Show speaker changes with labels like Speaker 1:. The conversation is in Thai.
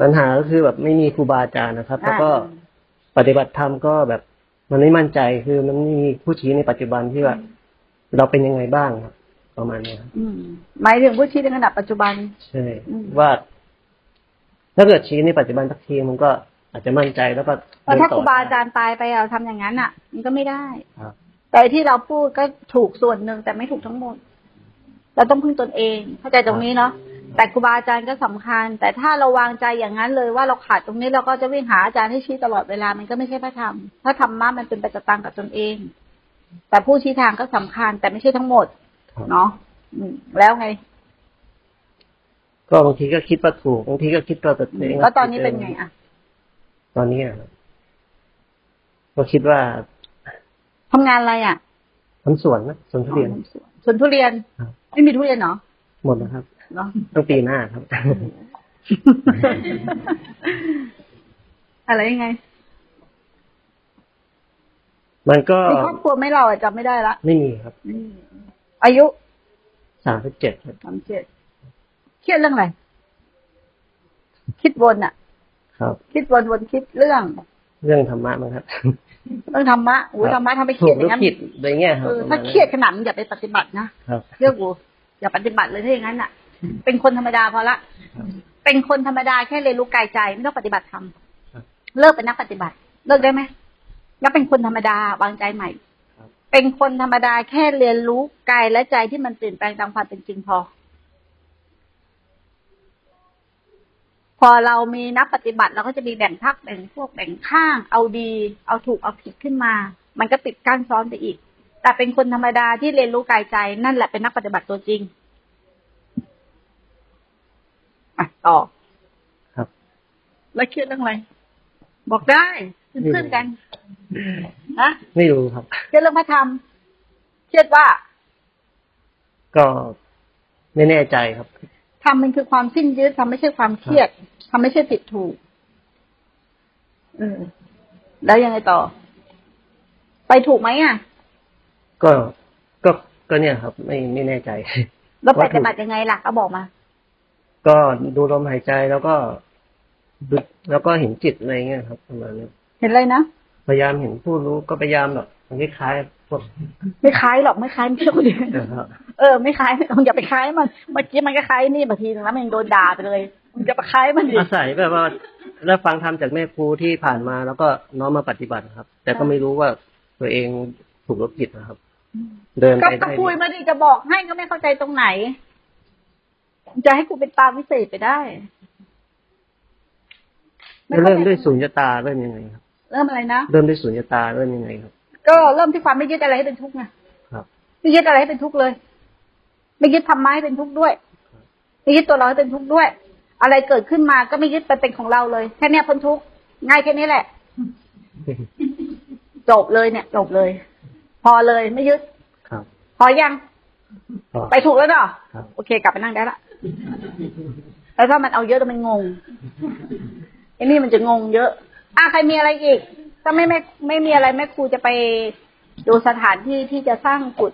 Speaker 1: ปัญหาก็คือแบบไม่มีครูบาอาจารย์นะครับ แล้วก็ปฏิบัติธรรมก็แบบ มันไม่มั่นใจคือมันไม่มีผู้ชี้ในปัจจุบันที่ว่าเราเป็นยังไงบ้างครับ ประมาณเนี้ยครับ
Speaker 2: อืมหมายถึงผู้ชี้ในขณะปัจจุบัน
Speaker 1: ใช่
Speaker 2: อืม
Speaker 1: ว่า ถ้าเกิดชี้ในปัจจุบันสักทีมันก็อาจจะมั่นใจแล้วก็
Speaker 2: เพราะถ้า
Speaker 1: เดินต่
Speaker 2: ครูบาอาจารย์ตายไปเราทำอย่างนั้นอ่ะ มันก็ไม่ได้
Speaker 1: ครับ
Speaker 2: แต่ที่เราพูดก็ถูกส่วนหนึ่งแต่ไม่ถูกทั้งหมด เราต้องพึ่งตนเอง เข้าใจตรงนี้เนาะแต่ครูบาอาจารย์ก็สำคัญ แต่ถ้าเราวางใจอย่างนั้นเลยว่าเราขาดตรงนี้เราก็จะวิ่งหาอาจารย์ให้ชี้ตลอดเวลามันก็ไม่ใช่พระธรรมถ้าธรรมะมันเป็นปัจจตังกับตนเอง แต่ผู้ชี้ทางก็สำคัญ แต่ไม่ใช่ทั้งหมด
Speaker 1: ครับ
Speaker 2: เนาะอืมแล้วไง
Speaker 1: ก็บางทีก็คิดว่าถูกบางทีก็คิดว่าตัวเอง
Speaker 2: ก็ตอนนี้เป็นไงอ่ะ
Speaker 1: ตอนนี้อะครับก็คิดว่า
Speaker 2: ทำงานอะไรอ่ะ
Speaker 1: ทำสวนนะสวนทุเรียน
Speaker 2: สวนทุเรียน
Speaker 1: ครับ
Speaker 2: ไม่มีทุเรียนเนาะ
Speaker 1: หมดนะครับ
Speaker 2: เนาะ
Speaker 1: ต้องปีหน้าครับ
Speaker 2: อะไรยังไง
Speaker 1: มันก็
Speaker 2: มีครอบครัวไหม่เราอะจำไม่ได้ละ
Speaker 1: ไม่มีครับ
Speaker 2: อายุ
Speaker 1: สามสิบเจ็ดครับ
Speaker 2: สามเจ็ดเครียดเรื่องอะไร คิดวนอะ
Speaker 1: ครับ
Speaker 2: คิดวนวนคิดเรื่อง
Speaker 1: เรื่องธรรมะมั้งครับ
Speaker 2: เรื่องธรรมะอุ้
Speaker 1: ค
Speaker 2: ย
Speaker 1: รับ
Speaker 2: ธรรมะทำให้เค
Speaker 1: ถูกห
Speaker 2: รียดอ
Speaker 1: รือย่าง
Speaker 2: นั้น
Speaker 1: ผิดอะไรเงี้ยครับ
Speaker 2: เออ
Speaker 1: ประมณ
Speaker 2: ถ้า
Speaker 1: นั้น
Speaker 2: เครียดขนาดนั้นอย่าไปปฏิบัตินะครับ เรื่องกูอย่าปฏิบัติเลยถ้าอย่างนั้นอะเป็นคนธรรมดาพอละ
Speaker 1: ครับ
Speaker 2: เป็นคนธรรมดาแค่เรียนรู้กายใจไม่ต้องปฏิบัติธรรม
Speaker 1: ครับ
Speaker 2: เลิกเป็นนักปฏิบัติ เลิกได้ไหมแล้วเป็นคนธรรมดาวางใจใหม่
Speaker 1: ครับ
Speaker 2: เป็นคนธรรมดาแค่เรียนรู้กายและใจที่มันเปลี่ยนแปลงตามความเป็นจริงพอ พอเรามีนักปฏิบัติเราก็จะมีแบ่งพักแบ่งพวกแบ่งข้าง เอาดี เอาถูกเอาผิดขึ้นมา มันก็ติดก้านซ้อนไปอีก แต่เป็นคนธรรมดาที่เรียนรู้กายใจนั่นแหละเป็นนักปฏิบัติตัวจริงอ่ะต่อ แล้วเครียดเรื่องอะไร บอกได้เป็นเพื่อนกันนะ
Speaker 1: ไม่รู้ครับ
Speaker 2: เครียดเรื่องพระธรรมเครียดว่า
Speaker 1: ก็ไม่แน่ใจครับ
Speaker 2: ธรรมมันคือความสิ้นยึดธรรมไม่ใช่ความเครียดธรรมไม่ใช่ผิดถูกเออแล้วยังไงต่อ ไปถูกไหมอ่ะ
Speaker 1: ก็ก็ก็เนี่ยครับ ไม่ไม่แน่ใจ
Speaker 2: แล้วป
Speaker 1: ว่าถูก
Speaker 2: ฏิบัติยังไงล่ะก็บอกมา
Speaker 1: ก็ดูลมหายใจแล้วก็ดูแล้วก็เห็นจิตอะไรเงี้ยครับประมาณนี้
Speaker 2: เห็นเลยนะ
Speaker 1: พยายามเห็นผู้รู้ก็พยายามแบบคล้ายๆพวก
Speaker 2: ไม่คล้ายหรอกไม่คล้ายไม่ใช่คนเดี ยว
Speaker 1: นะครับ
Speaker 2: เออไม่คล้าย ไม่ต้องอย่าไปคล้ายมันเมื่อกี้มันก็คล้ายนี่บางทีนึงแล้วมันยังโดนด่าไปเลยมึงจะไปคล้ายมันดิ
Speaker 1: อาศัยแบบว่าได้ฟังธรรมจากแม่ครูที่ผ่านมา แล้วก็น้อมมาปฏิบัติครับ แต่ก็
Speaker 2: ค่ะ
Speaker 1: ไม่รู้ว่าตัวเองถูกหรือผิดนะครับ เดิน
Speaker 2: ก็
Speaker 1: ไป
Speaker 2: ตะ
Speaker 1: ได้
Speaker 2: ปุยมาดิจะบอกให้ก็ไม่เข้าใจตรงไหน จะให้กูเป็นตาวิเศษไปได้
Speaker 1: จะเริ่มด้วยสุญญตาเริ่มยังไงครับ
Speaker 2: เริ่มอะไรนะ
Speaker 1: เริ่มด้วยสุญญตาเริ่มยังไงครับ
Speaker 2: ก็เริ่มที่ความไม่ยึดอะไรให้เป็นทุกข์ไง
Speaker 1: ครับ
Speaker 2: ไม่ยึดอะไรให้เป็นทุกข์เลย ไม่ยึดทำไมาให้เป็นทุกข์ด้วย ไม่ยึดตัวเราให้เป็นทุกข์ด้วย อะไรเกิดขึ้นมาก็ไม่ยึดไปเป็นของเราเลย แค่เนี้ยพ้นทุกข์ง่ายแค่นี้แหละ จบเลยเนี่ย จบเลย พอเลยไม่ยึด
Speaker 1: ครับ
Speaker 2: พอยัง
Speaker 1: ก็
Speaker 2: ไปถูกแล้วเนาะ
Speaker 1: ครับ
Speaker 2: โอเค กลับไปนั่งได้ละ แล้วถ้ามันเอาเยอะแล้วมันง งไอ้นี่มันจะงงเยอะอ่ะใครมีอะไรอีก ถ้าไม่ไม่ไม่มีอะไรแม่ครูจะไปดูสถานที่ที่จะสร้างกุฏ